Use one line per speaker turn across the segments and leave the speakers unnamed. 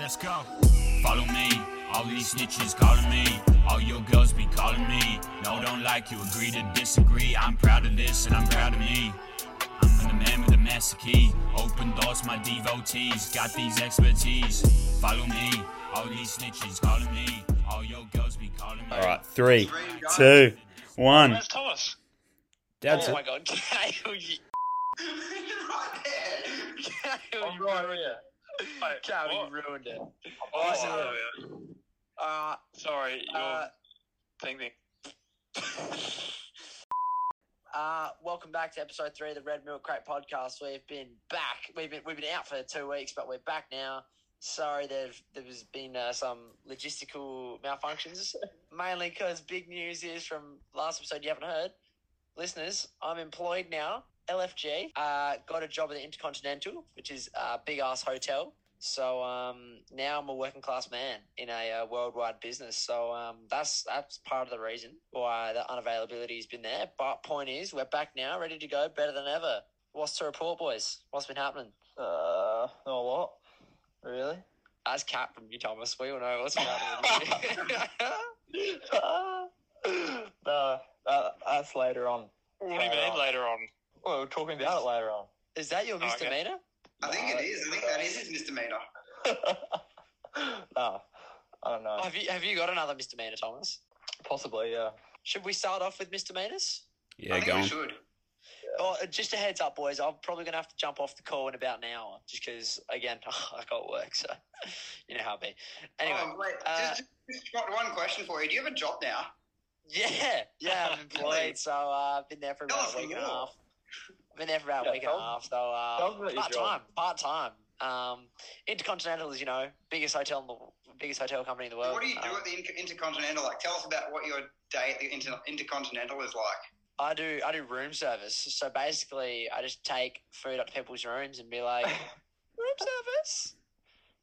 Let's go. Follow me. All these snitches calling me. All your girls be calling me. No, don't like you. Agree to disagree. I'm proud of this and I'm proud of me. I'm the man with the master key. Open doors, my devotees. Got these expertise. Follow me. All these snitches calling me. All your girls be calling me.
All right, three, two, one.
Where's Thomas?
Dad's
oh my god, Kale, you.
right there.
Kale,
I'm
you
right
ruined
here.
it. Mate,
Cal,
what?
you ruined it.
Oh,
Listen,
yeah.
uh,
Sorry, your
uh,
thing thing.
uh, welcome back to episode three of the Red Milk Crate podcast. We've been back. We've been we've been out for two weeks, but we're back now. Sorry, there there's been uh, some logistical malfunctions, mainly because big news is from last episode you haven't heard. Listeners, I'm employed now. LFG uh, got a job at the Intercontinental, which is a big ass hotel. So um, now I'm a working class man in a uh, worldwide business. So um, that's that's part of the reason why the unavailability has been there. But point is, we're back now, ready to go, better than ever. What's to report, boys? What's been happening?
Uh, not a lot, really.
As Cap from you, Thomas, we all know what's been happening.
no, that, that's later on.
What do you
Later
mean
on.
later on?
Well, we're talking about it later on.
is that
Oh,
your
Okay.
misdemeanor?
I think it is. I think that is
his
misdemeanor. no, I don't know.
Have you have you got another misdemeanor, Thomas?
Possibly, yeah.
Should we start off with misdemeanors?
yeah, go on.
should.
Oh, just a heads up, boys. I'm probably going to have to jump off the call in about an hour, just because, again, I got work, so you know how it be. Anyway,
oh, wait,
uh,
just, just got one question for you. Do you have a job now?
yeah, yeah, I'm employed, so uh, I've been there for
Tell
about
us
a week and a
more.
half. I've been there for about a
Yeah,
week and
tell-
a half, so uh,
tell us about your
part time, part time. Um, Intercontinental is, you know, biggest hotel in the biggest hotel company in the world.
what do you do
Um,
at the Inter- Intercontinental? Like, tell us about what your day at the Inter- Intercontinental is like.
I do I do room service. So basically, I just take food up to people's rooms and be like, room service,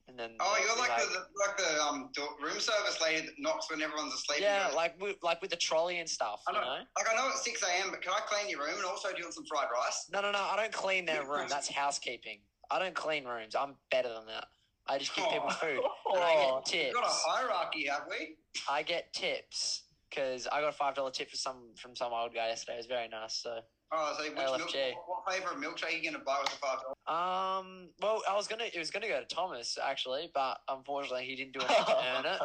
and then
Oh,
they'll
you're
be
like, the, the- like the um, do- room service lady that knocks when everyone's asleep.
yeah,
and goes,
like with, like with the trolley and stuff.
I
You know?
like I know it's six a.m., but can I clean your room and also do you want some fried rice?
No, no, no. I don't clean their
Yeah,
room.
that's-
That's housekeeping. I don't clean rooms. I'm better than that. I just give people
Oh.
food. And I get
We've got a
tips.
hierarchy, have we?
I get tips because I got a five dollar tip for some from some old guy yesterday. It was very nice. So
Oh, so which milk,
LFG.
what, what flavor of milkshake are you gonna buy with the five dollars?
Um. Well, I was gonna. It was gonna go to Thomas actually, but unfortunately, he didn't do enough to earn it.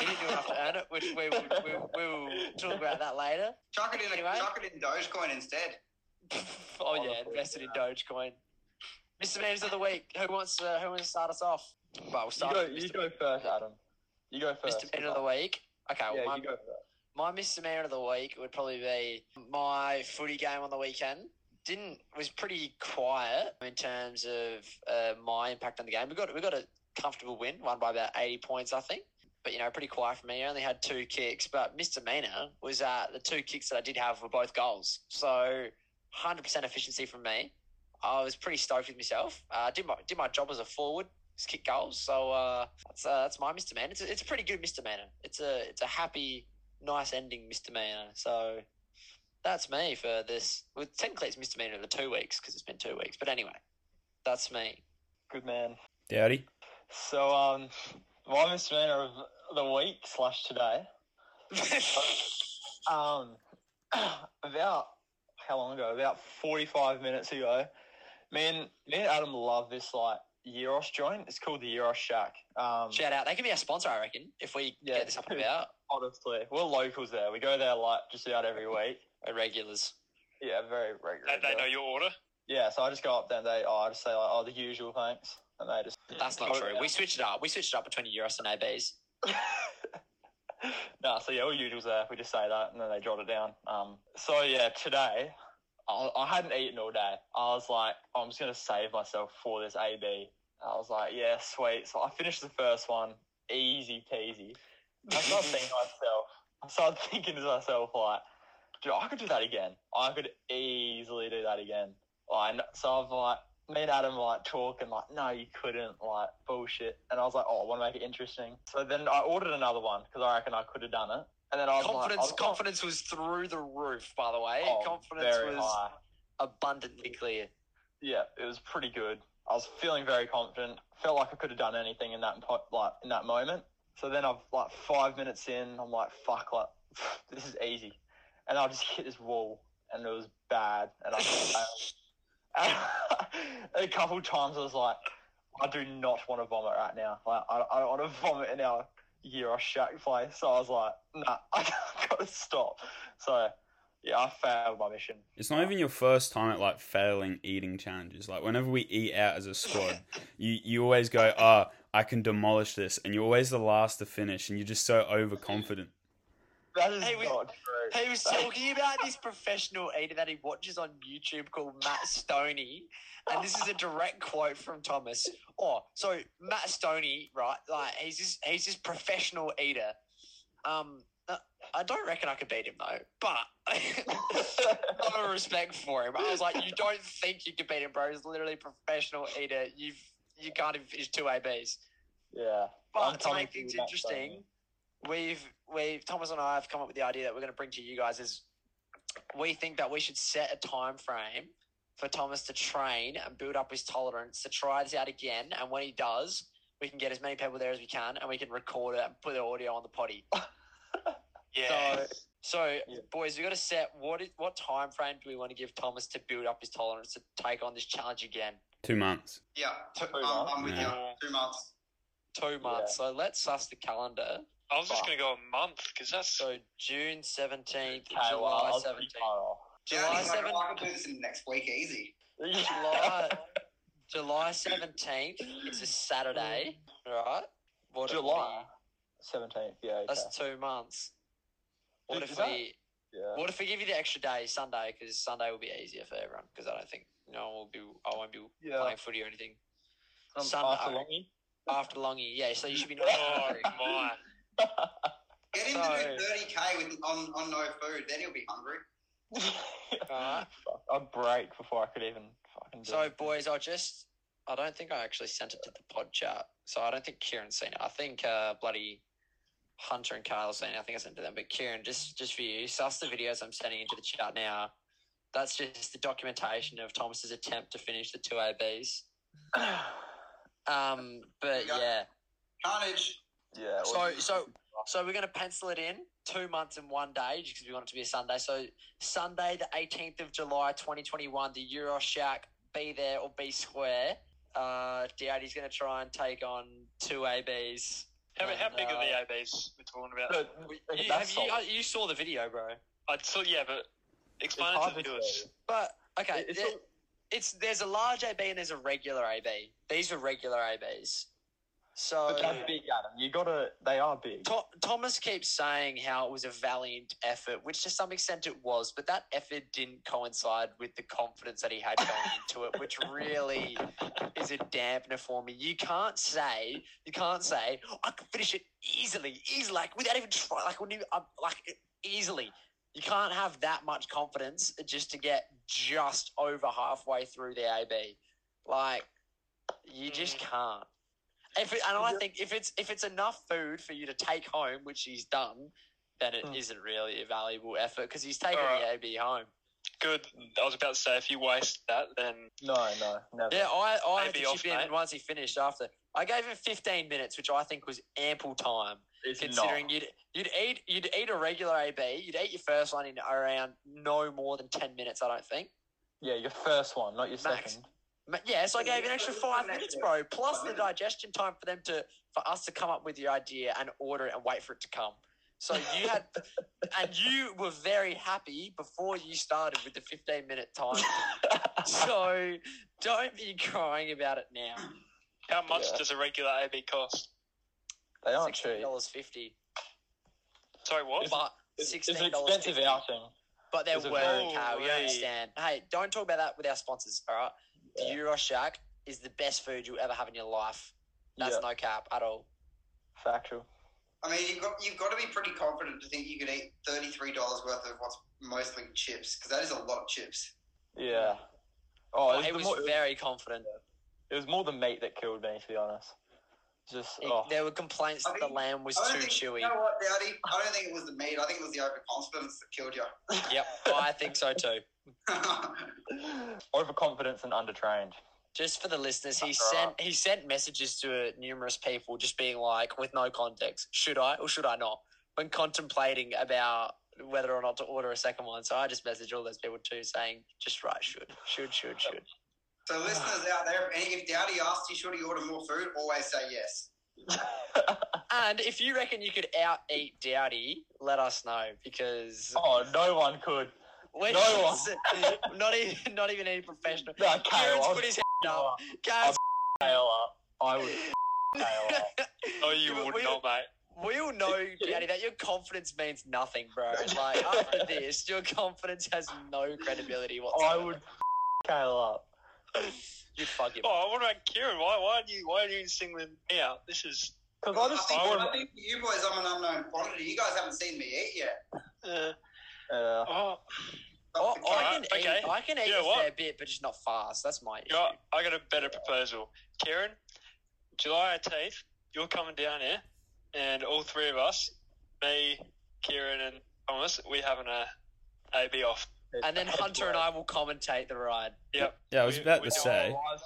He didn't do enough to earn it, which we we, we, we will talk about that later.
Chuck it in, a,
Anyway.
chuck it in Dogecoin instead.
oh yeah, invested in Dogecoin. Mr. Man's of the week. Who wants to who wants to start us off? Well, we'll
You
start
go,
with
you
Mr.
go first, Adam. You go first.
Mr. Man of the week. Okay, well,
Yeah,
my,
you go first.
my misdemeanor of the week would probably be my footy game on the weekend. Didn't was pretty quiet in terms of uh, my impact on the game. We got we got a comfortable win, won by about eighty points, I think. But you know, pretty quiet for me. I only had two kicks, but misdemeanor was uh, the two kicks that I did have were both goals. So, hundred percent efficiency from me. I was pretty stoked with myself. Uh, did my did my job as a forward, just kick goals. So uh, that's uh, that's my misdemeanor. It's a, it's a pretty good misdemeanor. It's a it's a happy nice ending misdemeanor. So that's me for this. Well, technically, it's misdemeanor of the two weeks because it's been two weeks. But anyway, that's me.
Good man.
Dowdy.
So, um, my misdemeanor of the week slash today. Um, about how long ago? About forty-five minutes ago. Me and me and Adam love this like Euros joint. It's called the Euros Shack. Um,
Shout out. They can be our sponsor, I reckon, if we
Yeah.
get this up and about.
honestly, we're locals there. We go there like just about every week.
We're regulars.
Yeah, very regular.
They, they know your order.
Yeah, so I just go up there and they, oh, I just say like, oh, the usual thanks, and they just
That's not
Oh,
true.
yeah.
We switched it up. We switched it up between Euros and ABs.
no, so yeah, all usuals there. We just say that, and then they jot it down. Um, so yeah, today I, I hadn't eaten all day. I was like, I'm just gonna save myself for this AB. I was like, yeah, sweet. So I finished the first one, easy peasy. I started thinking to myself. I started thinking to myself like, dude, I could do that again. I could easily do that again. Like, and so I've like. Me and Adam were like talking, like, no, you couldn't, like, bullshit. And I was like, oh, I want to make it interesting. So then I ordered another one because I reckon I could have done it. And then I was like, I
Confidence,
was-
confidence was through the roof. By the way,
Oh,
confidence
very
was
high.
abundantly clear.
Yeah, it was pretty good. I was feeling very confident. Felt like I could have done anything in that po- like in that moment. So then I've like five minutes in, I'm like, fuck, like this is easy, and I just hit this wall, and it was bad, and I failed. And a couple times I was like, I do not want to vomit right now. Like I, I don't want to vomit in our year of shack play. So I was like, nah, I gotta stop. So yeah, I failed my mission.
It's not even your first time at like failing eating challenges. Like whenever we eat out as a squad, you you always go, "Ah, I can demolish this," and you're always the last to finish, and you're just so overconfident.
That is
Hey, we-
not true.
He was talking about this professional eater that he watches on YouTube called Matt Stoney, and this is a direct quote from Thomas. Oh, so Matt Stoney, right? Like he's this he's this professional eater. Um, uh, I don't reckon I could beat him though, but lot of respect for him. I was like, you don't think you could beat him, bro? He's literally a professional eater. You've you can't even finish two ABs.
yeah,
But
I'm
to
coming
make
for you um,
things
next time.
interesting, we've we've Thomas and I have come up with the idea that we're going to bring to you guys is we think that we should set a time frame for Thomas to train and build up his tolerance to try this out again, and when he does, we can get as many people there as we can, and we can record it and put the audio on the potty.
Yeah.
So, so
Yeah.
boys, we got to set what is, what time frame do we want to give Thomas to build up his tolerance to take on this challenge again?
Two months.
Yeah,
Two
I'm,
months.
I'm with you.
Yeah.
Two months.
Two months. So let's suss the calendar.
I was just going to go a month because that's.
So June seventeenth,
Okay, well, I
July
was pretty
seventeenth,
far off.
July
yeah, I,
seven,
can, I can do this in the next week, easy.
July July seventeenth. It's a Saturday, right? What if
July seventeenth. Yeah, okay.
we- that's two months. What
Dude,
if
is that-
we?
yeah.
What if we give you the extra day, Sunday? Because Sunday will be easier for everyone. Because I don't think no one will be. I won't be
Yeah,
playing footy or anything
um,
Sunday.
after Longy.
after Longy. Yeah, so you should be not.
oh my.
Get him
Oh,
to
Sorry.
do 30k with on, on no food, then he'll be hungry.
Alright.
Fuck, I'd break before I could even fucking. Do
So,
it.
boys, I just I don't think I actually sent it to the pod chat. So I don't think Kieran's seen it. I think uh, bloody Hunter and Kyle seen it. I think I sent it to them. But Kieran, just just for you, suss the videos I'm sending into the chat now. That's just the documentation of Thomas's attempt to finish the two ABs. Um, but
Yeah.
yeah,
Carnage.
yeah.
so so so we're gonna pencil it in two months and one day because we want it to be a Sunday. So Sunday the eighteenth of July, twenty twenty one, the Euro Shack. Be there or be square. Uh, Daddy's gonna try and take on two ABs.
How, how
And,
big are
uh,
the ABs we're talking about?
But
You, have
that's
you,
solid.
uh, you saw the video, bro.
I still, yeah, but
It's
explain
hard
it to the
to
viewers.
say.
But okay,
It's
there-
all-
it's there's a large AB and there's a regular AB. These are regular ABs. So
But that's big, Adam. You gotta. They are big.
To- Thomas keeps saying how it was a valiant effort, which to some extent it was, but that effort didn't coincide with the confidence that he had going into it, which really is a dampener for me. You can't say, you can't say, I can finish it easily, easily, like without even trying, like when you, um, like easily. You can't have that much confidence just to get just over halfway through the AB. Like
Mm.
you just can't. If it, and I
Yeah.
think if it's if it's enough food for you to take home, which he's done, then it
Hmm.
not really a valuable effort because he's taken the
Mm. Alright.
AB home.
Good. I was about to say, if you waste that, then.
No, no, never.
Yeah, I I had to
Maybe
chip
off,
in
mate.
once he finished after. I gave him 15 minutes, which I think was ample time,
it's
considering
not.
you'd you'd eat you'd eat a regular AB, you'd eat your first one in around no more than 10 minutes, I don't think.
Yeah, your first one, not your
Max.
second.
Ma- Yeah, so I gave an extra five
Yeah.
minutes, bro. Plus the digestion time for them to for us to come up with the idea and order it and wait for it to come. So you had, and you were very happy before you started with the fifteen minute time. so don't be crying about it now.
How much
Yeah.
does a regular AB cost?
They aren't
Sixteen
cheap.
dollars fifty,
Sorry, what?
but
It's, it's an
sixteen dollars
expensive
fifty.
outing.
But they're
It's a
worth
very-
it, Carl. You
Holy.
understand. Hey, don't talk about that with our sponsors. All right, the
Yeah.
Euro Shack is the best food you'll ever have in your life. That's
yeah,
no cap at all.
factual.
I mean, you've got you've got to be pretty confident to think you could eat thirty three dollars worth of what's mostly chips because that is a lot of chips.
Yeah. Oh, it
Well,
was,
he
the
was
more,
very confident.
it was more the meat that killed me, to be honest. Just
He-
oh,
There were complaints
I
that the
think-
lamb was
I don't
too
think,
chewy.
You know what, Dowdy? I don't think it was the meat. I think it was the overconfidence that killed you.
Yep, I think so too.
yeah,
overconfidence and undertrained.
Just for the listeners, he
That's all
sent he sent messages to numerous people, just being like, with no context, should I or should I not? When contemplating about whether or not to order a second one, so I just messaged all those people too, saying, just right, should, should, should, should.
So listeners out there, if any if Dowdy asks you should he order more food, always say yes.
And if you reckon you could out eat Dowdy, let us know because
oh, no one could.
we're
no
not even not even any professional.
No, Kale,
Kieran's
I'll
put his hand
Kale
up.
up. Oh,
Karen's
Kale up. I would Kale up.
No, Oh, you
But
would
we-
not, mate.
We all know, Daddy, that your confidence means nothing, bro. Like after this, your confidence has no credibility
I
whatsoever.
would Kale up.
you fuck him.
Oh, what about Kieran? Why, why are you, why are you singling me out? This is.
Because I just
think,
I would.
I think for you boys, I'm an unknown quantity. You guys haven't seen me eat yet.
Uh,
Yeah.
oh,
Oh, I
Alright,
can eat.
okay.
I can eat
You know
a
what?
fair bit, but just not fast. That's my issue.
you know, what? I got a better proposal. Kieran, July 18th, you're coming down here, and all three of us, me, Kieran, and Thomas, we're having a AB off.
And then Hunter and I will commentate the ride.
Yep.
Yeah, I was
We-
about
we
to
don't
say.
Live,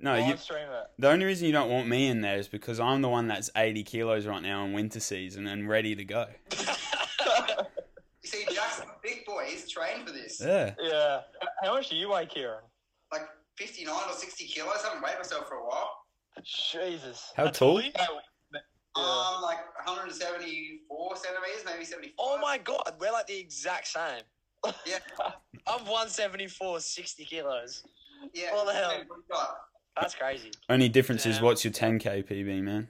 No, you,
live stream it.
the only reason you don't want me in there is because I'm the one that's 80 kilos right now in winter season and ready to go.
You see, Jack's a big boy. He's trained for this.
Yeah.
Yeah. How much do you weigh, Kieran?
Like 59 or 60 kilos. I haven't weighed myself for a while.
Jesus.
How tall?
Lee?
Yeah.
Um, like 174 centimeters, maybe 75.
Oh my god, we're like the exact same.
Yeah.
I'm 174, 60 kilos.
Yeah.
What the hell?
What you got?
That's crazy.
Only difference is
Damn.
what's your 10k PB, man?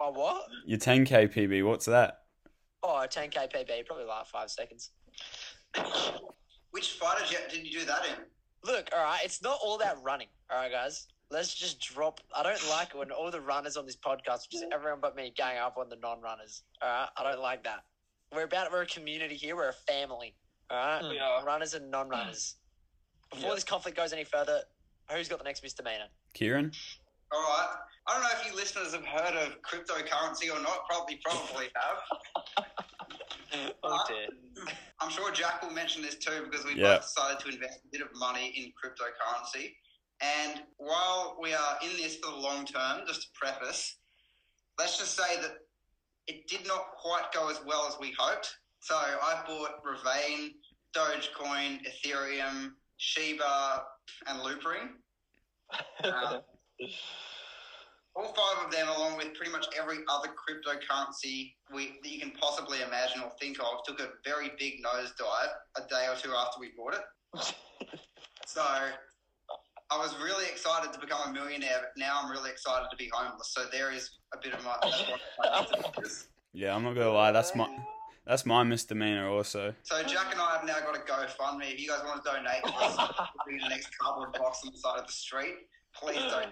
Oh, what?
Your 10k PB, what's that?
Oh, 10 kpb, probably like five seconds.
Which fighter jet did you do that in?
Look, all right, it's not all that running. All right, guys, let's just drop. I don't like it when all the runners on this podcast, which is everyone but me, gang up on the non-runners. All right, I don't like that. We're about we're a community here. We're a family. All right,
We are.
runners and non-runners. Before
Yeah.
this conflict goes any further, who's got the next misdemeanor?
Kieran?
All right. I don't know if you listeners have heard of cryptocurrency or not. Probably, probably have.
Oh dear.
I'm sure Jack will mention this too because we
Yeah.
both decided to invest a bit of money in cryptocurrency. And while we are in this for the long term, just to preface, let's just say that it did not quite go as well as we hoped. So I bought Ravain, Dogecoin, Ethereum, Shiba, and Loopring. Um, all five of them, along with pretty much every other cryptocurrency we, that you can possibly imagine or think of, took a very big nosedive a day or two after we bought it. so I was really excited to become a millionaire, but now I'm really excited to be homeless. So there is a bit of my. that's what my is.
Yeah, I'm not gonna lie, that's my that's my misdemeanor also.
so Jack and I have now got a GoFundMe. If you guys want to donate to us, we'll be in the next cardboard box on the side of the street. Please donate.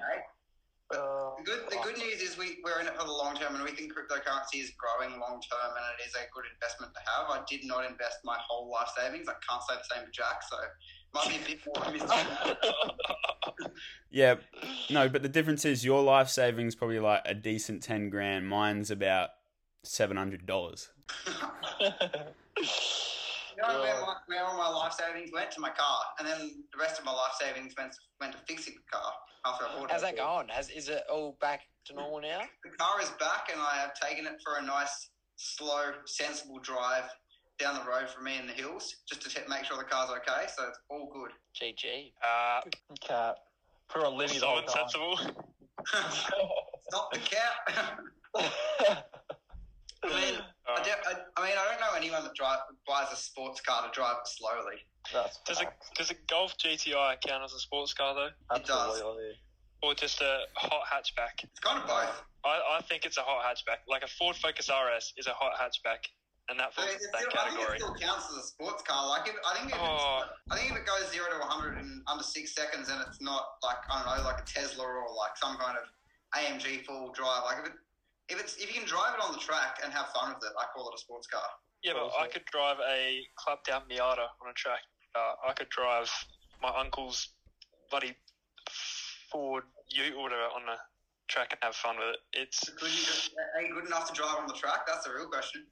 Uh,
The good, the good news is we, we're in it for the long term and we think cryptocurrency is growing long term and it is a good investment to have. I did not invest my whole life savings. I can't say the same for Jack, so might be a bit more optimistic.
Yeah, no, but the difference is your life savings probably like a decent 10 grand. Mine's about $700.
You know where, my, where all my life savings went? To my car. And then the rest of my life savings went, went to fixing the car after I bought
How's that
it.
going? Has, is it all back to normal now?
The car is back and I have taken it for a nice, slow, sensible drive down the road from me in the hills just to t- make sure the car's okay. So it's all good.
GG.
Uh,
Cat. Put on Libby's
so
all time.
insensible.
Stop the cap. I mean, I,
Uh,
don't- I, I mean, I don't know anyone that drive, buys a sports car to drive it slowly.
That's
does a does a Golf GTI count as a sports car though,
it does.
Absolutely.
or just a hot hatchback?
It's kind of both.
I, I think it's a hot hatchback. Like a Ford Focus RS is a hot hatchback, and that
I,
falls
mean,
into
it's
that
still, I think it
category.
still counts as a sports car. Like, if, I think if
Oh.
it's, I think if it goes zero to one hundred in under six seconds, and it's not like I don't know, like a Tesla or like some kind of AMG full drive. Like if it, if it's if you can drive it on the track and have fun with it, I call it a sports car.
Yeah, but
What was
I
it?
could drive a clapped down Miata on a track. Uh, I could drive my uncle's bloody Ford Ute or whatever on a track and have fun with it. It's
Could you just, are you good enough to drive on the track? That's the real question.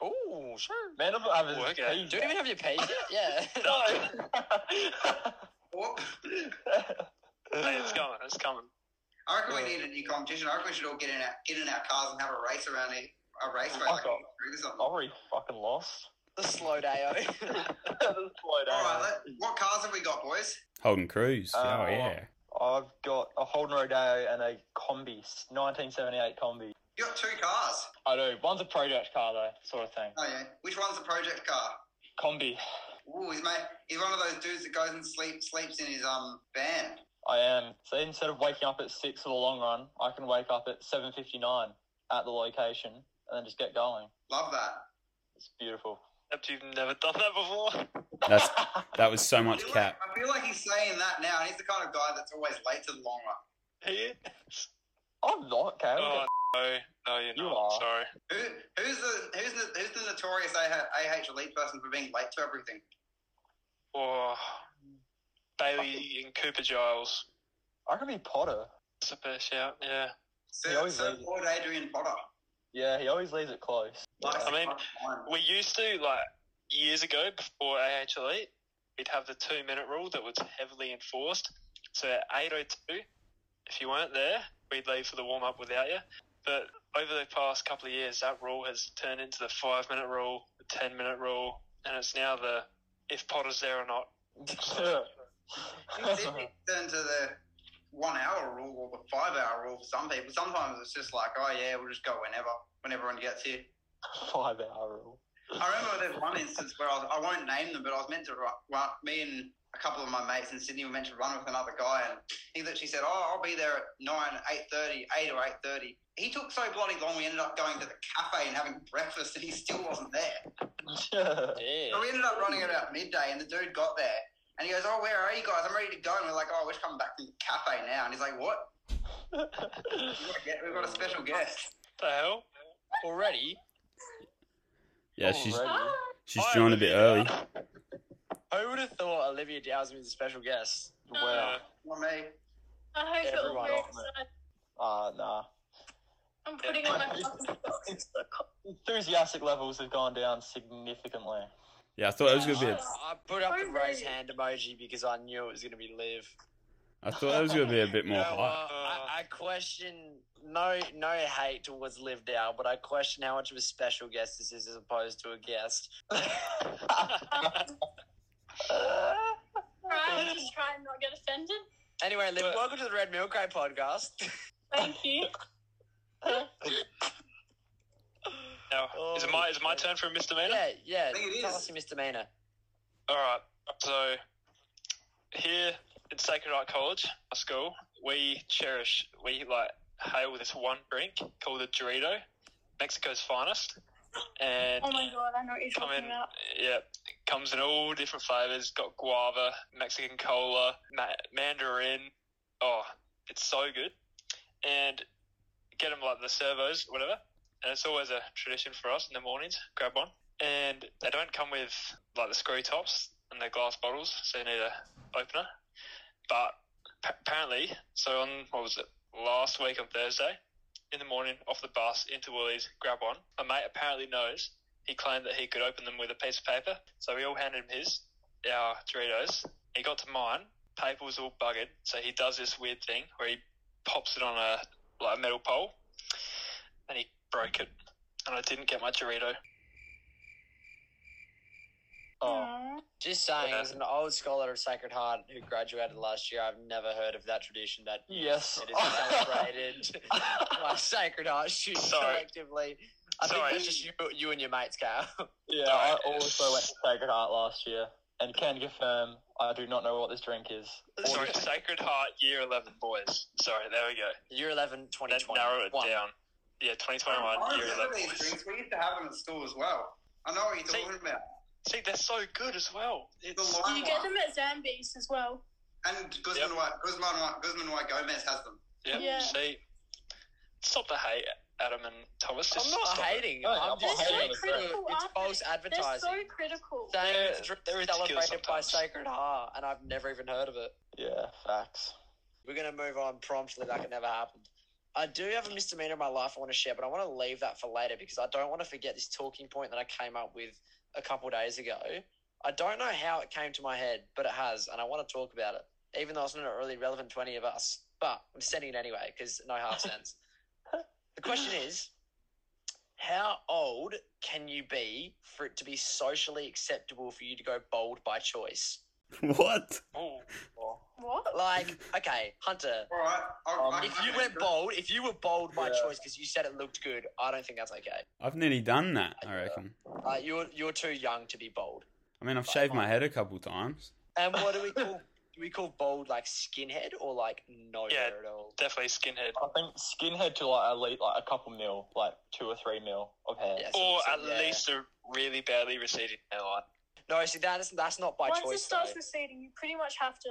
Oh, sure.
Man of having
Work
his
out.
keys
Do you even have your page yet? Yeah.
back.
Or,
it's coming.
I reckon we need a new competition. I reckon we should all get in our get in our cars and have a race around a, a raceway
Oh,
like
God.
or something.
I already fucking lost.
The slow day. oh.
Just slow
All
down.
right, let, what cars have we got, boys?
Holden Cruz.
Uh,
oh yeah.
I've got a Holden Rodeo and a combi, 1978 combi.
You got two cars.
I do. One's a project car though, sort of thing.
Oh yeah. Which one's the project car?
Combi.
Ooh, he's mate. He's one of those dudes that goes and sleep sleeps in his um van.
I am. So instead of waking up at six for the long run, I can wake up at 7:59 at the location and then just get going.
Love that.
It's beautiful.
Except you've never done that before.
That's that was so
I
much
feel
cap.
Like, I feel like he's saying that now, and he's the kind of guy that's always late to the long run.
Here?
I'm not, Kale.
Oh, no, no, you're
You
not.
are.
Sorry.
Who, who's the who's the who's the notorious AH elite person for being late to everything?
Oh, Bailey and Cooper Giles.
I can be Potter.
That's a fair shout, yeah.
Sir,
He always
Sir
leaves it.
Lord Adrian Potter.
Yeah, he always leaves it close.
Like,
I mean, We used to, like, years ago before AHLE, E, we'd have the two minute rule that was heavily enforced. So at 8.02, if you weren't there, we'd leave for the warm up without you. But over the past couple of years, that rule has turned into the five minute rule, the 10 minute rule, and it's now the if Potter's there or not.
in Sydney, it's turned to the one hour rule or the five hour rule for some people. Sometimes it's just like, oh yeah, we'll just go whenever when everyone gets here.
Five hour rule.
I remember there's one instance where I, was, I won't name them, but I was meant to run. Well, me and a couple of my mates in Sydney were meant to run with another guy, and he literally said, "Oh, I'll be there at nine, eight thirty, eight or eight thirty. He took so bloody long. We ended up going to the cafe and having breakfast, and he still wasn't there. So
Yeah.
we ended up running about midday, and the dude got there, and he goes, "Oh, where are you guys? I'm ready to go." And we're like, "Oh, we're just coming back from the cafe now." And he's like, "What? We've got a gue- We've got a special guest."
The hell?
Already?
Yeah, she's
Already.
she's
Hi,
joined a bit early.
Who would have thought Olivia Dowsman is a special guest?
Wow.
Not me.
I hope it all
Everyone off
works.
me.
I-
Ah, nah.
I'm putting on my fucking
Enthusiastic levels have gone down significantly.
Yeah, I thought that was gonna be a,
I Uh, put up the
Already.
raise hand emoji because I knew it was going to be live.
I thought that was gonna be a bit more
No,
hype.
uh, I, I question no no hate towards Liv Dow, but I question how much of a special guest this is as opposed to a guest.
cry and just try and not get offended.
Anyway, Liv,
But-
welcome to the Red Milk Crate podcast.
Thank you.
Now, is, it my, is it my turn for a misdemeanor?
yeah, yeah.
I think it
Tell
is.
us your misdemeanor.
All right. So here at Sacred Heart College, our school, we cherish, we like hail this one drink called the Dorito, Mexico's finest, and
Oh my god, I know what you're
come in,
talking about.
yeah, comes in all different flavors. Got guava, Mexican cola, ma- mandarin. Oh, it's so good. And get them like the servos, whatever. And it's always a tradition for us in the mornings. Grab one, and they don't come with like the screw tops and the glass bottles, so you need a opener. But pa- apparently, so on what was it last week on Thursday? In the morning, off the bus into Woolies, grab one. My mate apparently knows he claimed that he could open them with a piece of paper. So we all handed him his, our Doritos. He got to mine. Paper was all buggered. So he does this weird thing where he pops it on a like a metal pole, and he broke it. And I didn't get my Dorito.
oh,
Aw.
Just saying,
Yeah.
as an old scholar of Sacred Heart who graduated last year, I've never heard of that tradition that
yes.
it is celebrated by Sacred Heart students
Sorry.
collectively. I
Sorry.
think that's just you, you and your mates, Cal.
Yeah, I also went to Sacred Heart last year and can confirm I do not know what this drink is.
Sorry, Sacred Heart Year Eleven boys. Sorry, there we go.
Year 11,
That
2021.
narrowed it down. Yeah, twenty twenty
I
one Year
remember
Eleven
these
boys.
drinks. We used to have them at school as well. I know what you're
See-
talking about.
See, they're so good as well. It's,
The lime
You get
one.
them at Zambies as well.
And Guzman
Yep.
White, Guzman White, Guzman White Gomez has them.
yeah,
Yeah.
See, stop the hate, Adam and Thomas. Just
I'm not
stop it.
hating.
No,
I'm,
I'm not
just
hating
saying
on
it's,
the drink.
Aren't they?
false
They're
advertising.
so critical.
saying
They're-
it's a drink
they're
celebrated
ridiculous
by
sometimes.
Sacred Heart, and I've never even heard of it.
Yeah, facts.
We're going to move on promptly like it never happened. I do have a misdemeanor in my life I want to share, but I want to leave that for later because I don't want to forget this talking point that I came up with a couple days ago. I don't know how it came to my head, but it has, and I want to talk about it, even though it's not really relevant to any of us. but I'm sending it anyway because no half cents. the question is, how old can you be for it to be socially acceptable for you to go bold by choice?
What?
Ooh.
Oh,
Well,
What?
Like, okay, Hunter,
All right. I'll,
Um,
I
if
can
you
answer
went
it.
bold, if you were bold by
Yeah.
choice because you said it looked good, I don't think that's okay.
I've nearly done that, I reckon.
Uh, you're you're too young to be bold.
I mean, I've shaved my head a couple times.
And what do we call? do we call bold like skinhead or like no
Yeah.
hair at all?
Definitely skinhead.
I think skinhead to like at least like a couple mil, like two or three mil of hair.
Yeah, so-
Or
so,
at
yeah.
least a really badly receding hairline.
No, see that's that's not by
Once it
choice.
starts
though.
receding, you pretty much have to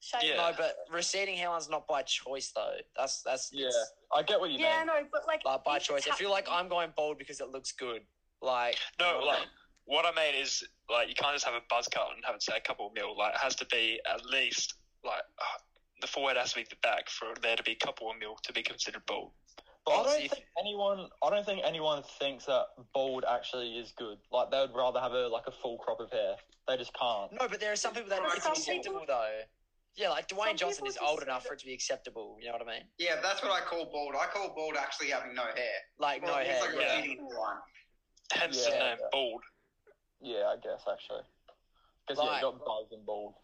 shave
Yeah.
it.
No, but receding hairline's not by choice though. That's that's
Yeah,
it's-
I get what you
Yeah,
mean.
no, but like.
like by
if
choice.
it's
I feel like
happening-
I'm going bold because it looks good. Like
No, like what I mean is like you can't just have a buzz cut and have it say a couple of mil. Like it has to be at least like uh, the forehead has to be the back for there to be a couple of mil to be considered bald.
But I
Honestly,
don't
if-
think anyone. I don't think anyone thinks that bald actually is good. Like they would rather have a like a full crop of hair. They just can't.
no, but there are some people that
Some
it's
people-
acceptable though. Yeah, like Dwayne
Some
Johnson
people
is
just
old
say
enough
that-
for it to be acceptable. You know what I mean?
Yeah, that's what I call bald. I call bald actually having no hair.
Like no
Well,
hair.
It's like
yeah.
a receding line.
Hence the
Yeah.
name bald.
Yeah, I guess actually. Because yeah,
Like-
you got buzz and bald.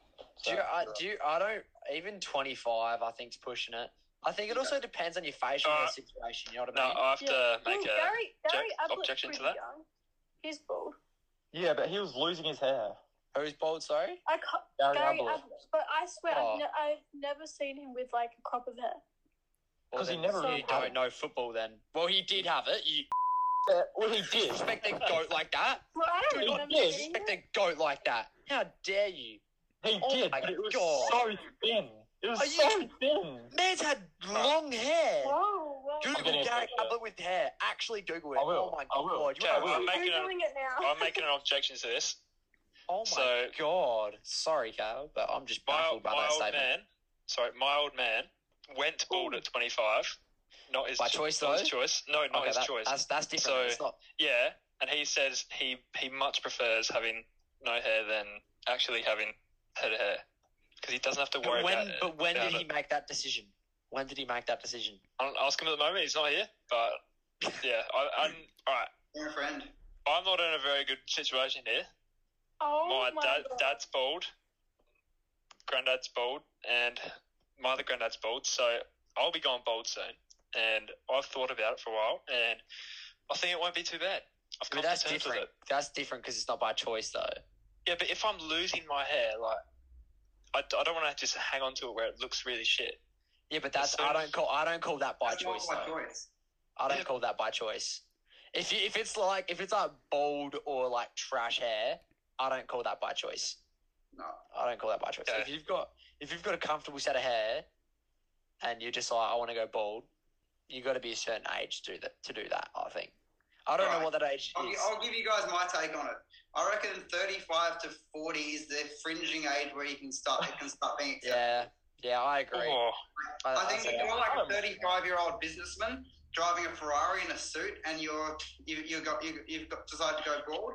Do you, I, do you, I don't even 25. I think's pushing it. I think it also depends on your facial hair
Uh,
situation. You know what
No,
I mean?
I have to
Well,
make a.
Gary, Gary
object-
Ablett's
objection to
pretty
that?
young. He's bald.
yeah, but he was losing his hair.
Who's bold? Sorry.
I can't,
Gary
Gary
Ablett.
Ablett, but I swear
Oh.
I've, ne- I've never seen him with like a crop of hair.
'Cause he
then
never
really
You
had
don't
it.
know football then. Well, he did have it. You
Yeah, well, he did.
expect a goat like that?
Well, I
Do
don't
not
remember seeing
disrespect a goat like that. How dare you?
He
Oh
did.
my
but it was
God.
so thin. It was
Are
so
you-
thin.
Man's had long hair.
it. Whoa, whoa.
Google
I'm getting a
Gary
photo.
Ablett with hair. Actually, Google it.
I will.
Oh my
I will.
god. You
Yeah,
are-
I will.
I'm
making a-
Googling it now.
I'm making an objection to this.
Oh my
So-
god. Sorry, Cal, but I'm just
My,
baffled by
my
that
old
statement.
man, sorry, my old man went bald at 25. Not his
By
cho-
choice,
not his
though?
choice. No, not
Okay,
his
that-
choice.
That's that's different.
So-
it's not.
Yeah, and he says he he much prefers having no hair than actually having head of hair because he doesn't have to worry
But when,
about it.
but when did
about
he
it.
make that decision? When did he make that decision?
I don't ask him at the moment. He's not here, but yeah, I, I'm all right.
Yeah, friend.
I'm not in a very good situation here.
oh
my
my
dad,
God.
dad's bald, granddad's bald, and my other granddad's bald. So I'll be going bald soon, and I've thought about it for a while, and I think it won't be too bad. I've
I
come
mean, that's
to terms with
different.
it.
That's different because it's not by choice though.
Yeah, but if I'm losing my hair, like I, I don't want to just hang on to it where it looks really shit.
Yeah, but that's
So-
I don't call I don't call that by
That's not
choice.
my
though.
choice.
I don't call that by choice. If you, if it's like if it's like bold or like trash hair, I don't call that by choice.
No.
I don't call that by choice.
Okay.
If you've got if you've got a comfortable set of hair, and you're just like I want to go bald, you got to be a certain age to do that. To do that, I think. I don't know
Right.
what that age
I'll,
is.
I'll give you guys my take on it. I reckon 35 to 40 is the fringing age where you can start. It can start being accepted.
yeah, yeah, I agree.
Oh,
I,
I think
I
if
think
you're like
I'm-
a 35 year old businessman driving a Ferrari in a suit and you're you you got you, you've got decided to go broad,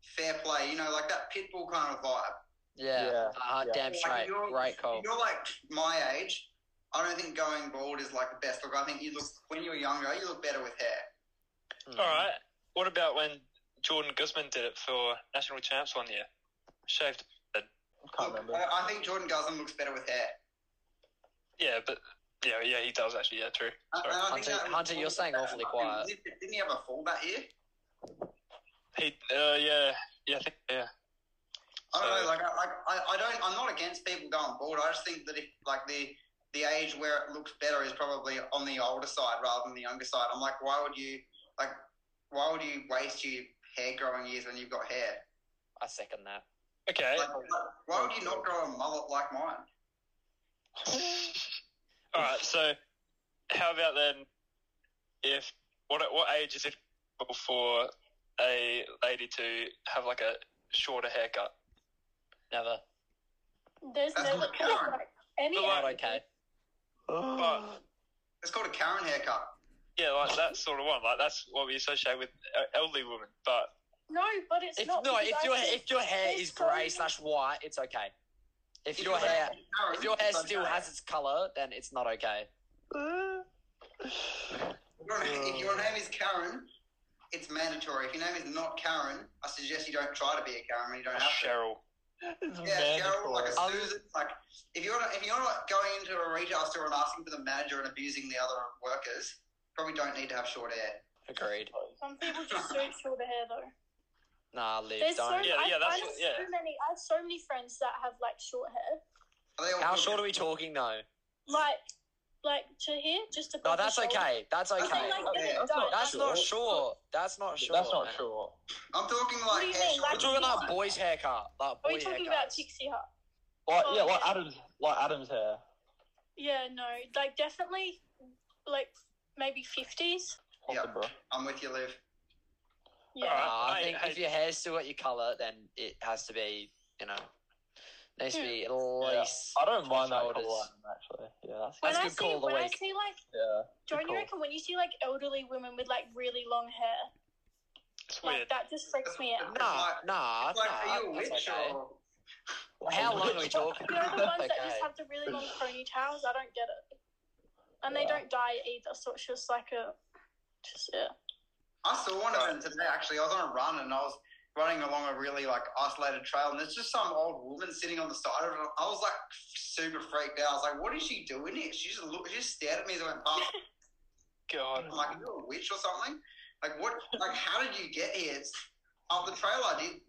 fair play. You know, like that pitbull kind of vibe.
yeah,
Yeah,
uh-huh,
yeah.
damn
Like,
straight,
you're-
great call.
If you're like my age. I don't think going bald is like the best look. I think you look when you're younger, you look better with hair.
Mm.
all right. What about when Jordan Guzman did it for national champs one year? Shaved.
Can't
Look,
remember.
I, I think Jordan Guzman looks better with hair.
Yeah, but yeah, yeah, he does actually. Yeah, true.
And-
Sorry.
and I think
Hunter-
that was-
Hunter, you're saying awfully quiet.
Didn't he have a fall that year?
He, uh, yeah, yeah, I think, yeah.
I don't
So-
know. Like, I, like, I, I don't. I'm not against people going bald. I just think that if like the the age where it looks better is probably on the older side rather than the younger side. I'm like, why would you like? Why would you waste your hair growing years when you've got hair?
I second that.
Okay.
Like, why would you not grow a mullet like mine?
All right. So, how about then? If what what age is it for a lady to have like a shorter haircut?
Never.
There's
That's
never
not Karen.
like, any.
But,
Not
like,
okay.
But
It's called a Karen haircut.
yeah, like that sort of one. Like that's what we associate with uh, elderly women. But
No, but it's
If
not.
no,
because
if
I
your
think-
if your hair
there's
is
so
grey
many-
slash white, it's okay. If your hair if your hair still has its color, then it's not okay.
Your name- If your name is Karen, it's mandatory. If your name is not Karen, I suggest you don't try to be a Karen when you don't have to.
Cheryl. It's
Yeah, Cheryl, like
mandatory.
a Susan. Like if you're not, if you're not going into a retail store and asking for the manager and abusing the other workers, probably don't need to have short hair.
Agreed.
Some people just don't show the hair though.
Nah, Liv,
There's so
don't.
Yeah, yeah,
I,
that's
I know
what- yeah.
so many. I have so many friends that have like short hair.
Are they all
How
good?
short are we talking though?
Like, like to here, just above.
No,
the
that's
shoulder.
okay. That's
That's
okay.
not-
Like,
Yeah,
that's
that's not-
That's not
Sure.
short. That's not short.
That's not
man.
sure.
I'm talking
What
like
do you
hair
mean?
We're
short.
talking about boys' haircut. Like
Are
boy
we talking
haircuts.
about Dixie Hut?
Like
Oh,
yeah, like
yeah.
Adam's like Adam's hair.
Yeah, no, like definitely, like maybe fifties.
Yeah.
Possibly.
I'm with you, Liv.
No,
Yeah,
Alright.
Oh, I
Hey,
think
hey.
if your hair's still got your colour, then it has to be, you know, needs to be at least.
I don't mind that
Shoulders.
colour line, actually. Yeah, that's
when
that's
I
good
see
call of the
when I
week.
see like,
yeah.
don't
call.
you reckon when you see like elderly women with like really long hair,
It's
like
weird.
that just freaks me out.
Nah,
Like-
nah,
It's like, are you
nah.
a
Ah, that's
witch
okay.
or?
How long are we talking?
You know the ones that
Okay.
just have the really long ponytails. I don't get it, and they
Yeah.
don't dye either. So it's just like a, just yeah.
I saw one of them today. Actually, I was on a run and I was running along a really like isolated trail, and there's just some old woman sitting on the side of it. I was like super freaked out. I was like, "What is she doing here?" She just looked, she just stared at me as I went past.
God.
I'm like, "Are you a witch or something?" Like, what? Like, how did you get here? It's up the trail. I did.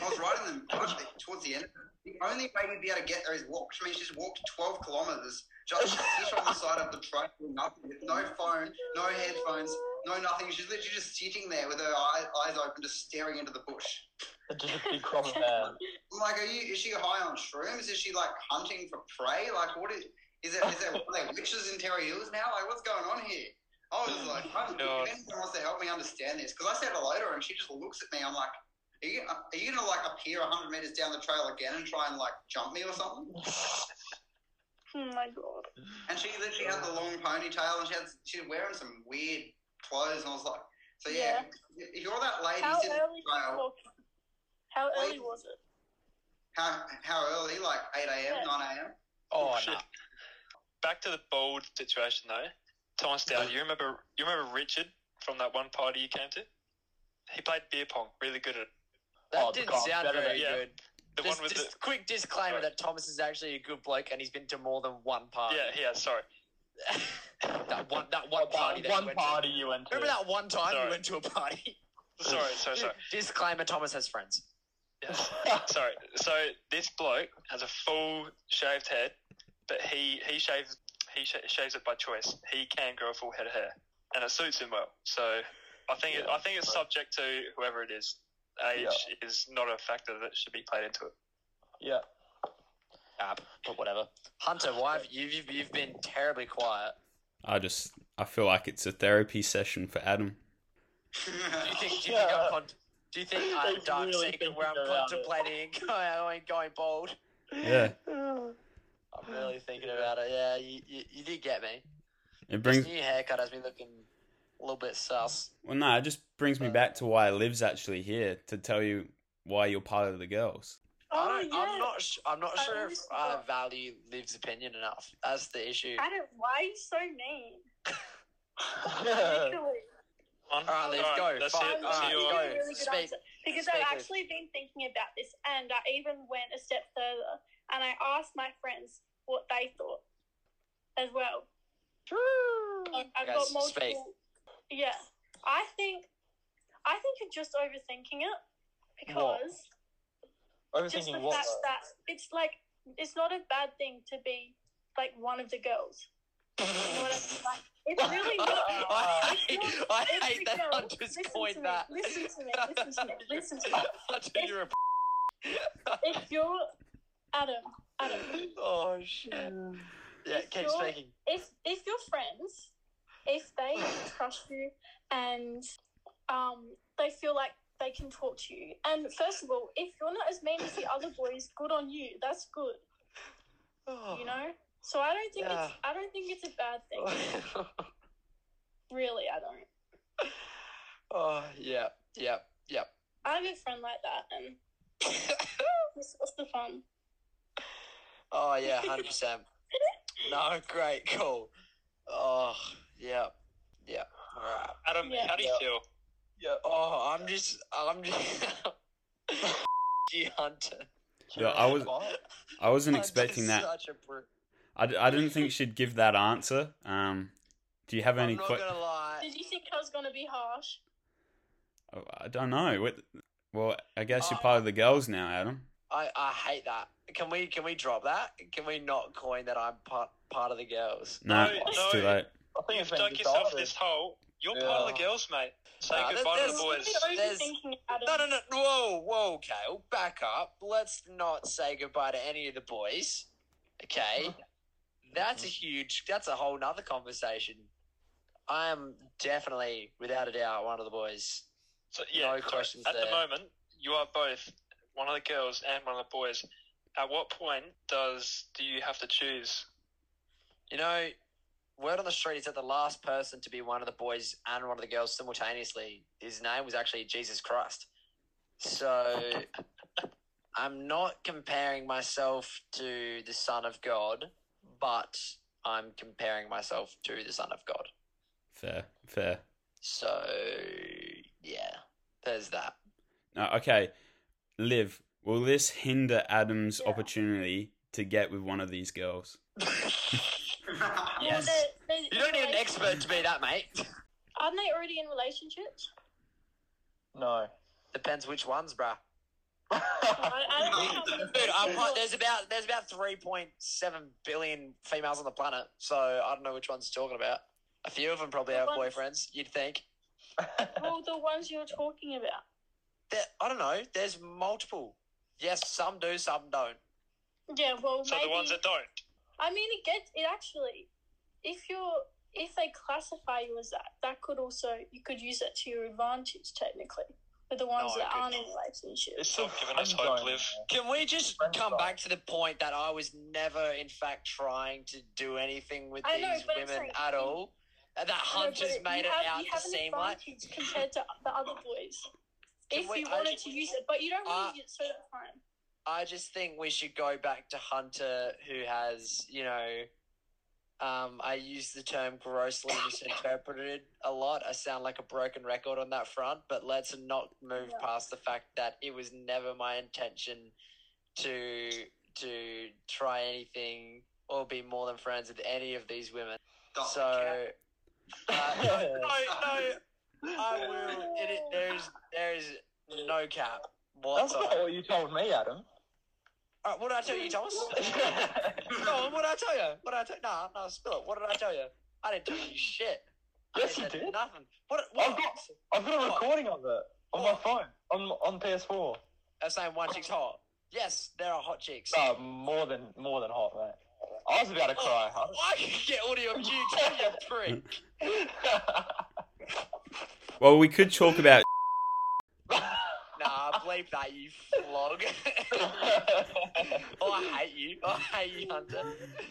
I was riding them actually, towards the end. The only way you'd be able to get there is walk. Which means she's walked 12 kilometers just to sit on the side of the trail, with nothing, with no phone, no headphones, no, nothing. She's literally just sitting there with her eye, eyes open, just staring into the bush.
Just a big crop of hair.
I'm like, are you? Is she high on shrooms? Is she like hunting for prey? Like, what is? Is it? Is there are there witches in Terry Hills now? Like, what's going on here? I was just like, I'm,
God.
if anyone wants to help me understand this, because I said hello to her and she just looks at me. I'm like, are you? Are you gonna like appear 100 meters down the trail again and try and like jump me or something?
Oh my god.
And she literally had the long ponytail and she had she was wearing some weird clothes and I was like, so yeah, if you're that lady
How
sitting on
early?
the trail.
How early
Wait.
was it?
How, how early? Like 8 a.m.,
Yeah.
9 a.m.
Oh,
Shit.
no.
Back to the bald situation though. Thomas Dowd, you remember you remember Richard from that one party you came to? He played beer pong, really good at it.
That
Oh,
didn't
God,
sound
better
very
than- yeah.
good.
The
just
one with
just quick disclaimer
Sorry.
that Thomas is actually a good bloke and he's been to more than one
the
party.
Yeah, yeah, sorry.
that one, that one party. that you
one
went to.
party you went to.
Remember that one time
Sorry.
you went to a party?
Sorry, sorry, sorry.
Disclaimer: Thomas has friends.
Yeah. sorry. So this bloke has a full shaved head, but he he shaves he sh- shaves it by choice. He can grow a full head of hair, and it suits him well. So I think it, I think it's
right.
subject to whoever it is. Age is not a factor that should be played into it.
Yeah.
Ah, but whatever. Hunter, why have you, you've you've been terribly quiet?
I just I feel like it's a therapy session for Adam.
Do you think? Do you think I'm con- do you think
uh,
I'm
He's
dark
really
secret where I'm
thinking about it.
contemplating going, going bald?
Yeah,
I'm really thinking about it. Yeah, you, you, you did get me.
it
This
brings
new haircut has me looking a little bit sus.
well, no, it just brings me back to why Liv's actually here to tell you why you're part of the girls.
Oh
I don't,
yeah.
I'm not. Sh- I'm not
I
sure if
always
I
forgot.
value Liv's opinion enough. That's the issue.
Adam, why are you so mean? Literally.
On.
All right, Liv,
Alright,
go.
That's
Fuck,
it.
I'm
all
uh,
That's
right,
actually
your-
go.
giving Um, a really good
Speak.
answer because
Speak,
I've
Liv.
actually been thinking about this, and I even went a step further and I asked my friends what they thought as well. I've I've
Okay,
got
s- speak.
multiple. Yeah, I think, I think you're just overthinking it
What?
because just the
Overthinking what?
fact that it's like it's not a bad thing to be like one of the girls. You know what I mean? Like, it's really not.
I hate, I
It's
hate that
because-
Hunter's
listen to
coined
me,
that.
listen to me, listen to me, listen to me.
Hunter, you're a.
If you're Adam, Adam,
Oh shit. Yeah,
If
keep
you're-
speaking.
if if your friends, if they trust you and um they feel like they can talk to you, and first of all, if you're not as mean as the other boys, good on you. That's good,
Oh.
you know. So I don't think it's
Yeah.
I don't think it's a bad thing. Really, I don't.
oh yeah, yeah, yeah.
I have a friend like that, and it's- what's the fun?
Oh yeah, hundred percent. No, great, cool. Oh yeah, yeah. All right.
Adam,
Yeah.
how do you
Yeah.
feel?
Oh, I'm just, I'm just. you hunter.
Yeah, I was- I wasn't
I'm
expecting
just
that.
Such a brute.
I, d- I didn't think she'd give that answer. Um, do you have any
I'm not
questions?
gonna lie.
Did you think I was gonna be harsh?
Oh, I don't know. What, well, I guess you're
Oh.
part of the girls now, Adam.
I, I hate that. Can we can we drop that? Can we not coin that I'm part part of the girls?
No,
No,
it's
no.
too late.
I think it's
You've
been
dug yourself in
decided.
this hole. You're part of the
Yeah.
girls, mate. Say
Nah,
goodbye to the
there's-
boys.
You're
there's-
overthinking about it.
No, no, no. Whoa, whoa, Kale. Back up. Let's not say goodbye to any of the boys. Okay. That's a huge, that's a whole nother conversation. I am definitely, without a doubt, one of the boys.
So, yeah,
No
so
questions
At
there.
the moment, you are both one of the girls and one of the boys. At what point does do you have to choose?
You know, word on the street is that the last person to be one of the boys and one of the girls simultaneously, his name was actually Jesus Christ. So I'm not comparing myself to the Son of God, but I'm comparing myself to the Son of God.
Fair, fair.
So yeah, there's that.
No, okay, Liv. Will this hinder Adam's
Yeah.
opportunity to get with one of these girls?
Well,
Yes.
they're- they're
You don't
in
need an
rela-
expert to be that, mate.
Aren't they already in relationships?
No.
Depends which ones, bruh.
I, I don't know how many
Dude, I'm,
people-
there's about there's about three point seven billion females on the planet, so I don't know which one's talking about. A few of them probably
The
have
ones-
boyfriends. You'd think.
Well, the ones you're talking about.
There, I don't know. There's multiple. Yes, some do, some don't.
Yeah, well,
So
maybe.
the ones that don't.
I mean, it gets it actually. If you're if they classify you as that, that could also you could use that to your advantage technically with the ones
No,
that
I
aren't in
couldn't.
relationships.
It's still giving us
I'm
hope,
going
Liv.
there.
Can we just
Friends
come
are.
back to the point that I was never, in fact, trying to do anything with
I
these
know, but I'm
women
saying-
at all? And that
No,
Hunter's
but
made
you
it
have,
out
you
to
have an
seem like.
advantage compared to the other boys. If
we-
you
I-
wanted to use it, but you don't
Uh,
want to use it, so that's fine.
I just think we should go back to Hunter, who has, you know, um, I use the term grossly misinterpreted a lot. I sound like a broken record on that front, but let's not move
Yeah.
past the fact that it was never my intention to to try anything or be more than friends with any of these women. So. Uh, I will. It, it- there is there is no cap
That's
whatsoever.
not what you told me, Adam.
All right, what did I tell you, Thomas? no, what did I tell you? What did I tell? Nah, nah, spill it. What did I tell you? I didn't tell you shit. I
Yes,
didn't
you
say
did.
Nothing. What? What?
I've got, I've got a recording of it on my
What?
phone on on PS4.
I'm saying one chick's hot. Yes, there are hot chicks.
No, Uh, more than more than hot, mate. I was about to cry.
I can get audio of you too, you prick.
Well, we could talk about.
Nah, bleep that, you flog. oh, I hate you. I hate you, Hunter.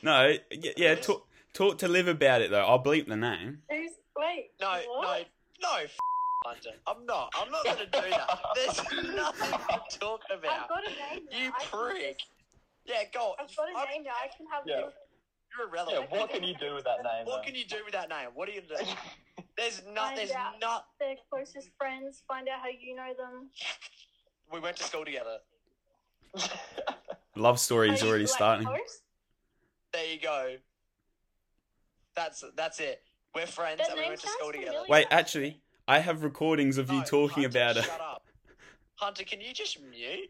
No, yeah, yeah talk, talk to Liv about it though. I'll bleep the name.
Who's wait?
No,
what?
no, no, f- Hunter. I'm not. I'm not gonna do that. There's nothing to talk
I've
about.
got a name. now.
You
I can
prick.
just-
Yeah, go.
I've got
I'm-
a name now. I can have.
Yeah.
little-
You're
yeah,
irrelevant.
what can you do with that name?
What can you do with that name? What do you do? There's not.
Find
There's
out.
not.
their closest friends, find out how you know them.
We went to school together.
Love story's
Are you,
already
like,
starting.
close?
There you go. That's that's it. We're friends
That
and we
name
went to school
sounds
together.
familiar.
Wait, actually, I have recordings of you
No,
talking
Hunter,
about it.
Shut up, Hunter. Can you just mute?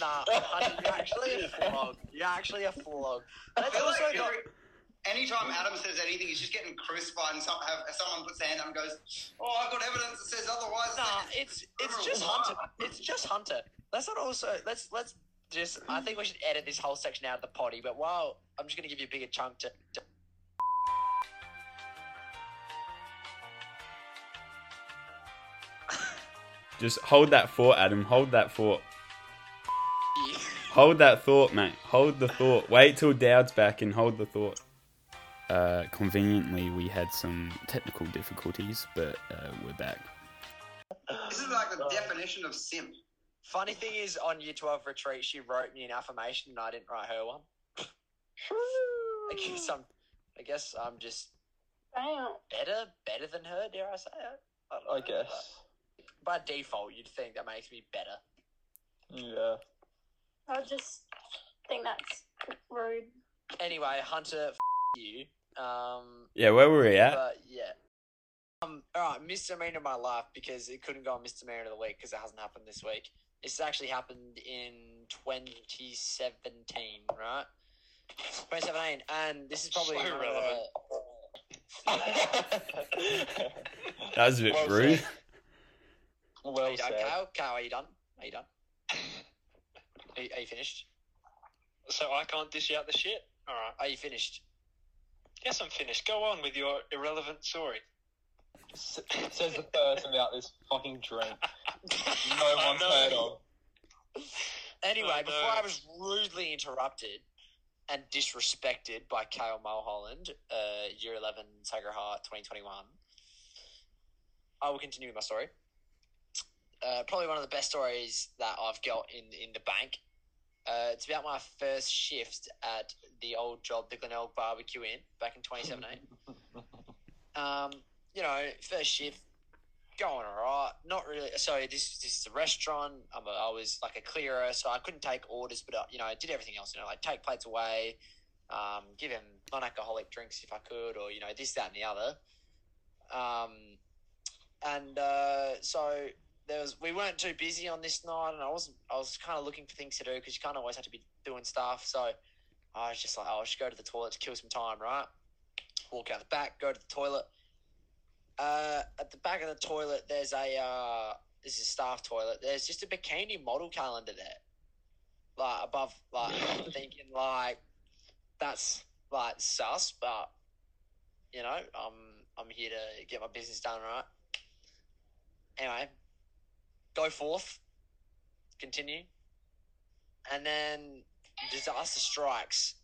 Nah, Hunter, you're actually a flog. You're actually a flog.
I
Let's
feel
also
like
go.
every, anytime Adam says anything, he's just getting crucified, and some, have, someone puts their hand up and goes, "Oh, I've got evidence that says otherwise."
Nah, it's it's just Hunter. It's just Hunter. Let's not also let's let's just. I think we should edit this whole section out of the potty. But while I'm just gonna give you a bigger chunk to. to
Just hold that thought, Adam. Hold that thought.
you.
Hold that thought, mate. Hold the thought. Wait till Dowd's back and hold the thought. Uh, conveniently, we had some technical difficulties, but uh, we're back.
This is like the definition of simp.
Funny thing is, on year 12 retreat, she wrote me an affirmation and I didn't write her one.
Hmm.
I guess I'm, I guess I'm just
Damn.
better, better than her. Dare I say it? don't know,
I guess.
but By default, you'd think that makes me better.
Yeah.
I just think that's rude.
Anyway, Hunter, f- you. Um,
Yeah, where were we at?
but yeah. Um, all right, misdemeanor of my life because it couldn't go on misdemeanor of the week because it hasn't happened this week. This actually happened in 2017, right? 2017, and this is probably
So
one of the-
relevant.
That was a bit
Well
rude.
said.
Are
well
you done,
said.
Kyle? Kyle, are you done? Are you done? Are you, are you finished?
So I can't dish out the shit? Alright.
Are you finished?
Yes, I'm finished. Go on with your irrelevant story.
S- says the person about this fucking drink. No one's
no.
heard of.
Anyway,
Oh, no.
before I was rudely interrupted and disrespected by Kyle Mulholland, uh, year 11, Tiger Heart 2021, I will continue with my story. Uh, probably one of the best stories that I've got in, in the bank. Uh, it's about my first shift at the old job, the Glenelg Barbecue Inn, back in 2017 um, you know, first shift, going all right. Not really. So this this is a restaurant. I'm a, I was like a clearer, so I couldn't take orders, but I, you know, I did everything else. You know, like take plates away, um, give him non-alcoholic drinks if I could, or you know, this, that, and the other. Um, and uh, so there was we weren't too busy on this night, and I wasn't. I was kind of looking for things to do because you kind of always have to be doing stuff. So I was just like, oh, I should go to the toilet to kill some time, right? Walk out the back, go to the toilet. Uh, at the back of the toilet, there's a uh, this is a staff toilet. There's just a bikini model calendar there, like above. Like I'm thinking, like that's like sus, but you know, I'm I'm here to get my business done, right? Anyway, go forth, continue, and then disaster strikes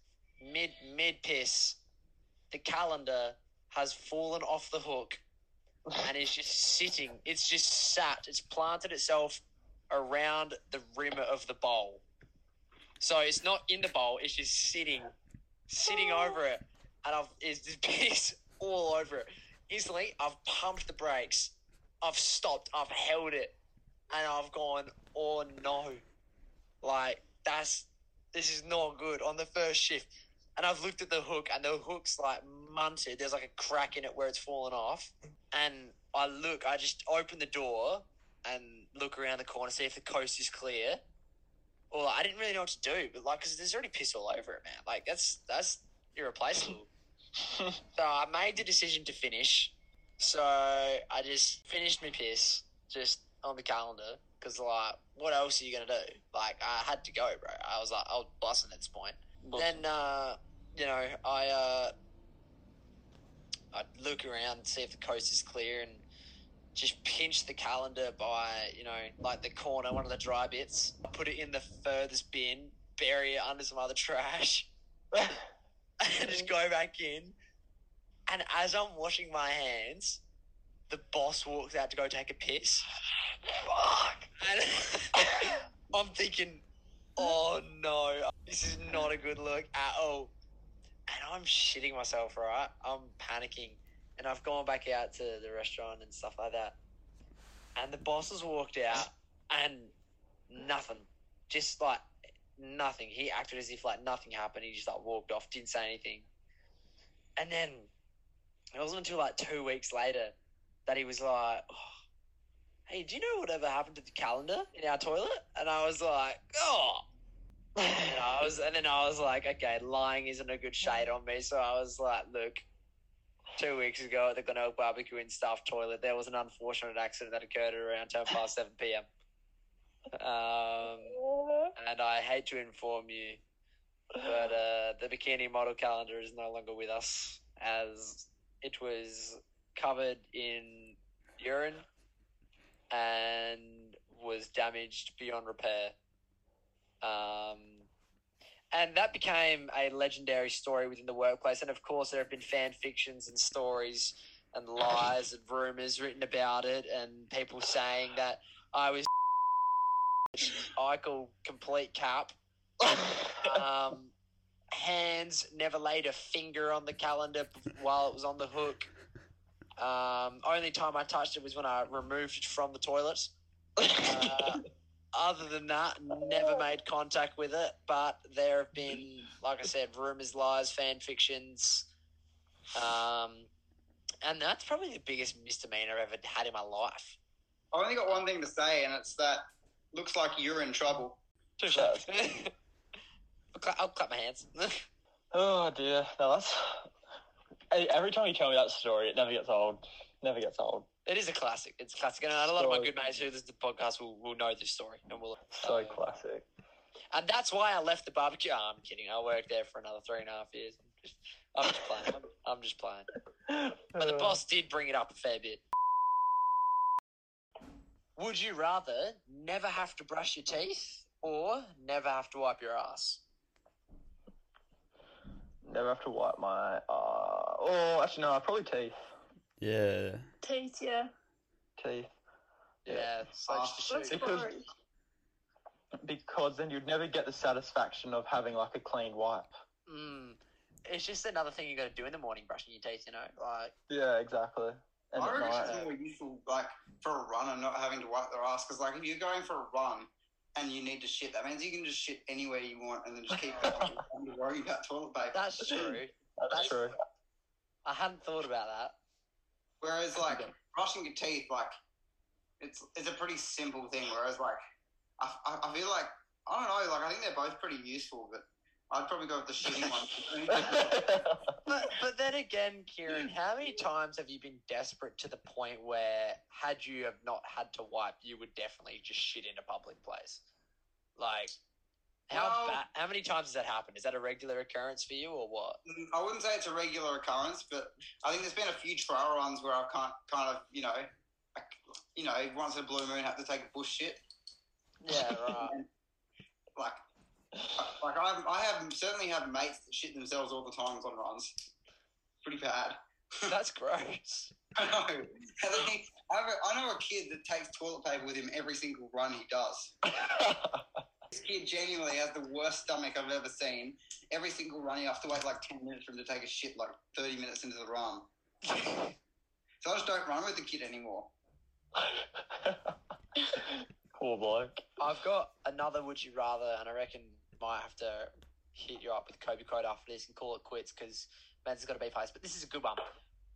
mid mid piss. The calendar has fallen off the hook and is just sitting. It's just sat. It's planted itself around the rim of the bowl. So it's not in the bowl. It's just sitting, sitting over it, and I've it's just piss all over it. Instantly, I've pumped the brakes. I've stopped. I've held it, and I've gone. Oh no! Like that's this is not good on the first shift. And I've looked at the hook, and the hook's like munted. There's like a crack in it where it's fallen off and I look, I just open the door and look around the corner, see if the coast is clear. Well, I didn't really know what to do, but like, because there's already piss all over it, man. Like, that's that's irreplaceable. so I made the decision to finish. So I just finished my piss just on the calendar because, like, what else are you gonna do? Like, I had to go, bro. I was like, I was busting at this point then uh, you know I uh, I look around see if the coast is clear and just pinch the calendar by you know like the corner one of the dry bits put it in the furthest bin bury it under some other trash and just go back in and as I'm washing my hands the boss walks out to go take a piss fuck and I'm thinking oh no this is not a good look at all. And I'm shitting myself, right? I'm panicking. And I've gone back out to the restaurant and stuff like that. And the boss has walked out and nothing. Just like nothing. He acted as if like nothing happened. He just like walked off, didn't say anything. And then it wasn't until like two weeks later that he was like, "Oh, Hey, do you know whatever happened to the calendar in our toilet? And I was like, Oh, and I was, and then I was like, okay, lying isn't a good shade on me. So I was like, look, two weeks ago at the Glenelg Barbecue and Staff Toilet, there was an unfortunate accident that occurred at around ten past seven p.m. Um, and I hate to inform you, but uh, the bikini model calendar is no longer with us, as it was covered in urine and was damaged beyond repair. Um, and that became a legendary story within the workplace. And of course, there have been fan fictions and stories and lies and rumors written about it, and people saying that I was which I call complete cap. Um, hands never laid a finger on the calendar while it was on the hook. Um, only time I touched it was when I removed it from the toilet. Uh, other than that, never made contact with it. But there have been, like I said, rumors, lies, fan fictions. Um, and that's probably the biggest misdemeanor I've ever had in my life.
I've only got one thing to say, and it's that looks like you're in trouble.
Touche.
I'll clap, I'll clap my hands.
Oh dear, no, that's Hey, every time you tell me that story, it never gets old. Never gets old.
it is a classic. It's a classic. And a lot of my
Sorry.
good mates who listen to the podcast will, will know this story. And will
So classic.
And that's why I left the barbecue. Oh, I'm kidding. I worked there for another three and a half years. I'm just, I'm just playing. I'm, I'm just playing. But the boss did bring it up a fair bit. Would you rather never have to brush your teeth or never have to wipe your ass?
Never have to wipe my. Uh, oh, actually, no. Probably teeth.
Yeah.
Teeth, yeah.
Teeth.
Yeah, so
Ah,
just a
That's
shoot.
Because-
boring.
Because then you'd never get the satisfaction of having like a clean wipe.
Mm, it's just another thing you got to do in the morning, brushing your teeth. You know, like
Yeah, exactly. And
I
at
reckon
night,
it's more useful, like for a run and not having to wipe their ass. Because like if you're going for a run and you need to shit, that means you can just shit anywhere you want and then just keep going. You don't have to worry about toilet paper.
that's true.
that's true.
I hadn't thought about that.
Whereas like brushing your teeth, like it's it's a pretty simple thing. Whereas like I, I, I feel like I don't know, like I think they're both pretty useful, but I'd probably go with the shitting one.
But but then again, Kieran, how many times have you been desperate to the point where had you have not had to wipe, you would definitely just shit in a public place? Like how
Well-
ba- how many times has that happened? Is that a regular occurrence for you or what?
Mm, I wouldn't say it's a regular occurrence, but I think there's been a few trial runs where I've kind, kind of, you know, I, you know, once in a blue moon, have to take a bush shit.
Yeah, right.
Like, I- like I've, I have certainly have mates that shit themselves all the times on runs. Pretty bad.
That's gross.
I know. I, think- I have a- I know a kid that takes toilet paper with him every single run he does. This kid genuinely has the worst stomach I've ever seen. Every single run, you have to wait like 10 minutes for him to take a shit, like 30 minutes into the run. So I just don't run with the kid anymore.
Poor bloke.
I've got another would you rather, and I reckon might have to hit you up with Kobe quote after this and call it quits because man's got to be faced. But this is a good one.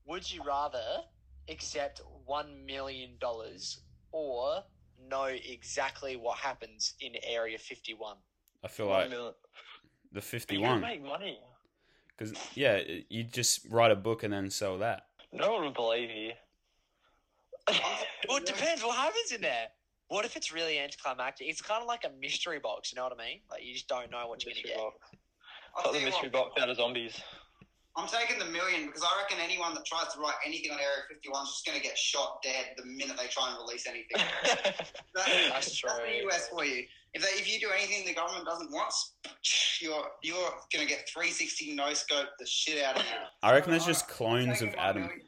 Would you rather accept one million dollars or know exactly what happens in Area Fifty One?
I feel like
Million-
the
You can
51.
make money.
Because, yeah, you just write a book and then sell that.
No one would believe you.
Well, it depends what happens in there. What if it's really anticlimactic? It's kind of like a mystery box. You know what I mean? Like you just don't know what you're gonna
Mystery
get.
box.
I'll
Put the
tell you
mystery
what,
box out of zombies.
I'm taking the million because I reckon anyone that tries to write anything on Area 51 is just going to get shot dead the minute they try and release anything. That-
That's true.
That's the US for you. If they, if you do anything the government doesn't want, you're you're gonna get 360 no scope the shit out of you.
I reckon there's
Alright,
just clones of
Taking my
Adam. Uh,
million.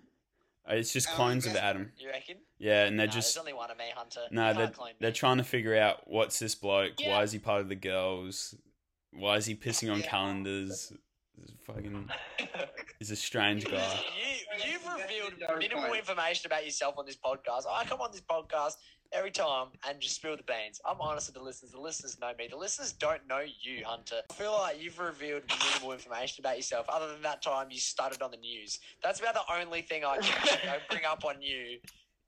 It's just
Um,
clones of
yeah.
Adam.
You reckon?
Yeah, and they're
Nah,
just
there's only one of me, Hunter. You
no,
can't
they're,
clone me.
they're trying to figure out what's this bloke?
Yeah.
Why is he part of the girls? Why is he pissing on
Yeah.
calendars? This fucking, he's a strange guy.
You, you've
That's
revealed
the dark
minimal
point.
information about yourself on this podcast. I come on this podcast every time and just spill the beans. I'm honest with the listeners. The listeners know me. The listeners don't know you, Hunter. I feel like you've revealed minimal information about yourself other than that time you stuttered on the news. That's about the only thing I can you know, bring up on you.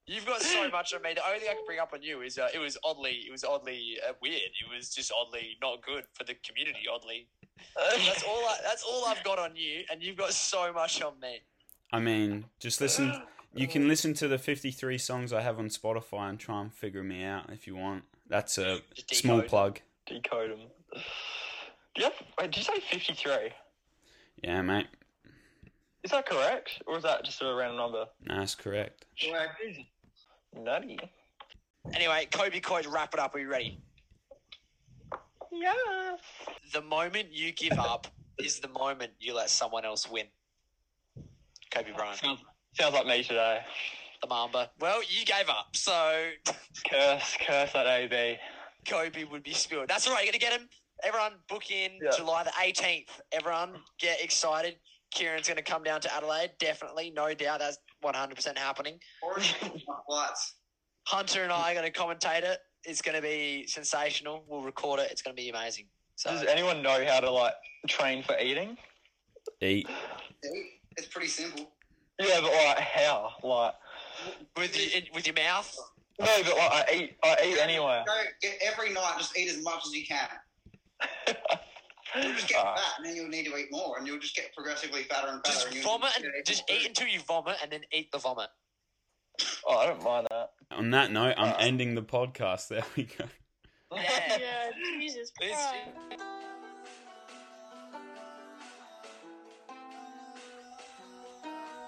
You've got so much on me. The only thing I can bring up on you is uh, it was oddly, it was oddly uh, weird. It was just oddly not good for the community. Oddly, that's all. I, that's all I've got on you, and you've got so much on me.
I mean, just listen. You can listen to the 53 songs I have on Spotify and try and figure me out if you want. That's a
Just
small
decode it.
plug.
Decode them. Do you have, wait, did you say 53?
Yeah, mate.
Is that correct? Or is that just a random number?
No, That's correct.
Nutty.
Anyway, Kobe Coy, to wrap it up. Are you ready?
Yeah.
The moment you give up is the moment you let someone else win. Kobe Bryant,
Sounds, sounds like me today.
the Mamba. Well, you gave up, so
Curse, curse that AB.
Kobe would be spilled. That's all right. You're gonna get him. Everyone book in
Yeah.
July the 18th. Everyone get excited. Kieran's going to come down to Adelaide. Definitely, no doubt. That's 100% happening.
Already booked my flights.
Hunter and I are going to commentate it. It's going to be sensational. We'll record it. It's going to be amazing. So
Does anyone know how to like train for eating?
Eat.
See? It's pretty simple.
Yeah, but like how? Like
with your, in- with your mouth,
no, but like I eat. I eat anywhere.
Go get every night. Just eat as much as you can. You'll just get
Alright.
fat, and then you'll need to eat more, and you'll just get progressively fatter and fatter.
just
and you'll
vomit
need to
and
eat
just
more
eat
food.
until you vomit, and then eat the vomit.
Oh, I don't mind that.
On that note, I'm ending the podcast. There we go.
Yeah.
Yeah, Jesus
Please,
Christ.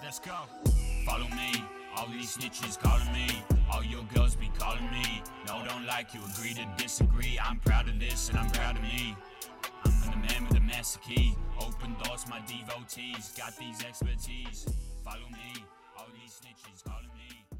Let's go. Follow me. All these snitches calling me. All your girls be calling me. No, don't like you. Agree to disagree. I'm proud of this and I'm proud of me. I'm the man with the master key. Open doors, my devotees. Got these expertise. Follow me. All these snitches calling me.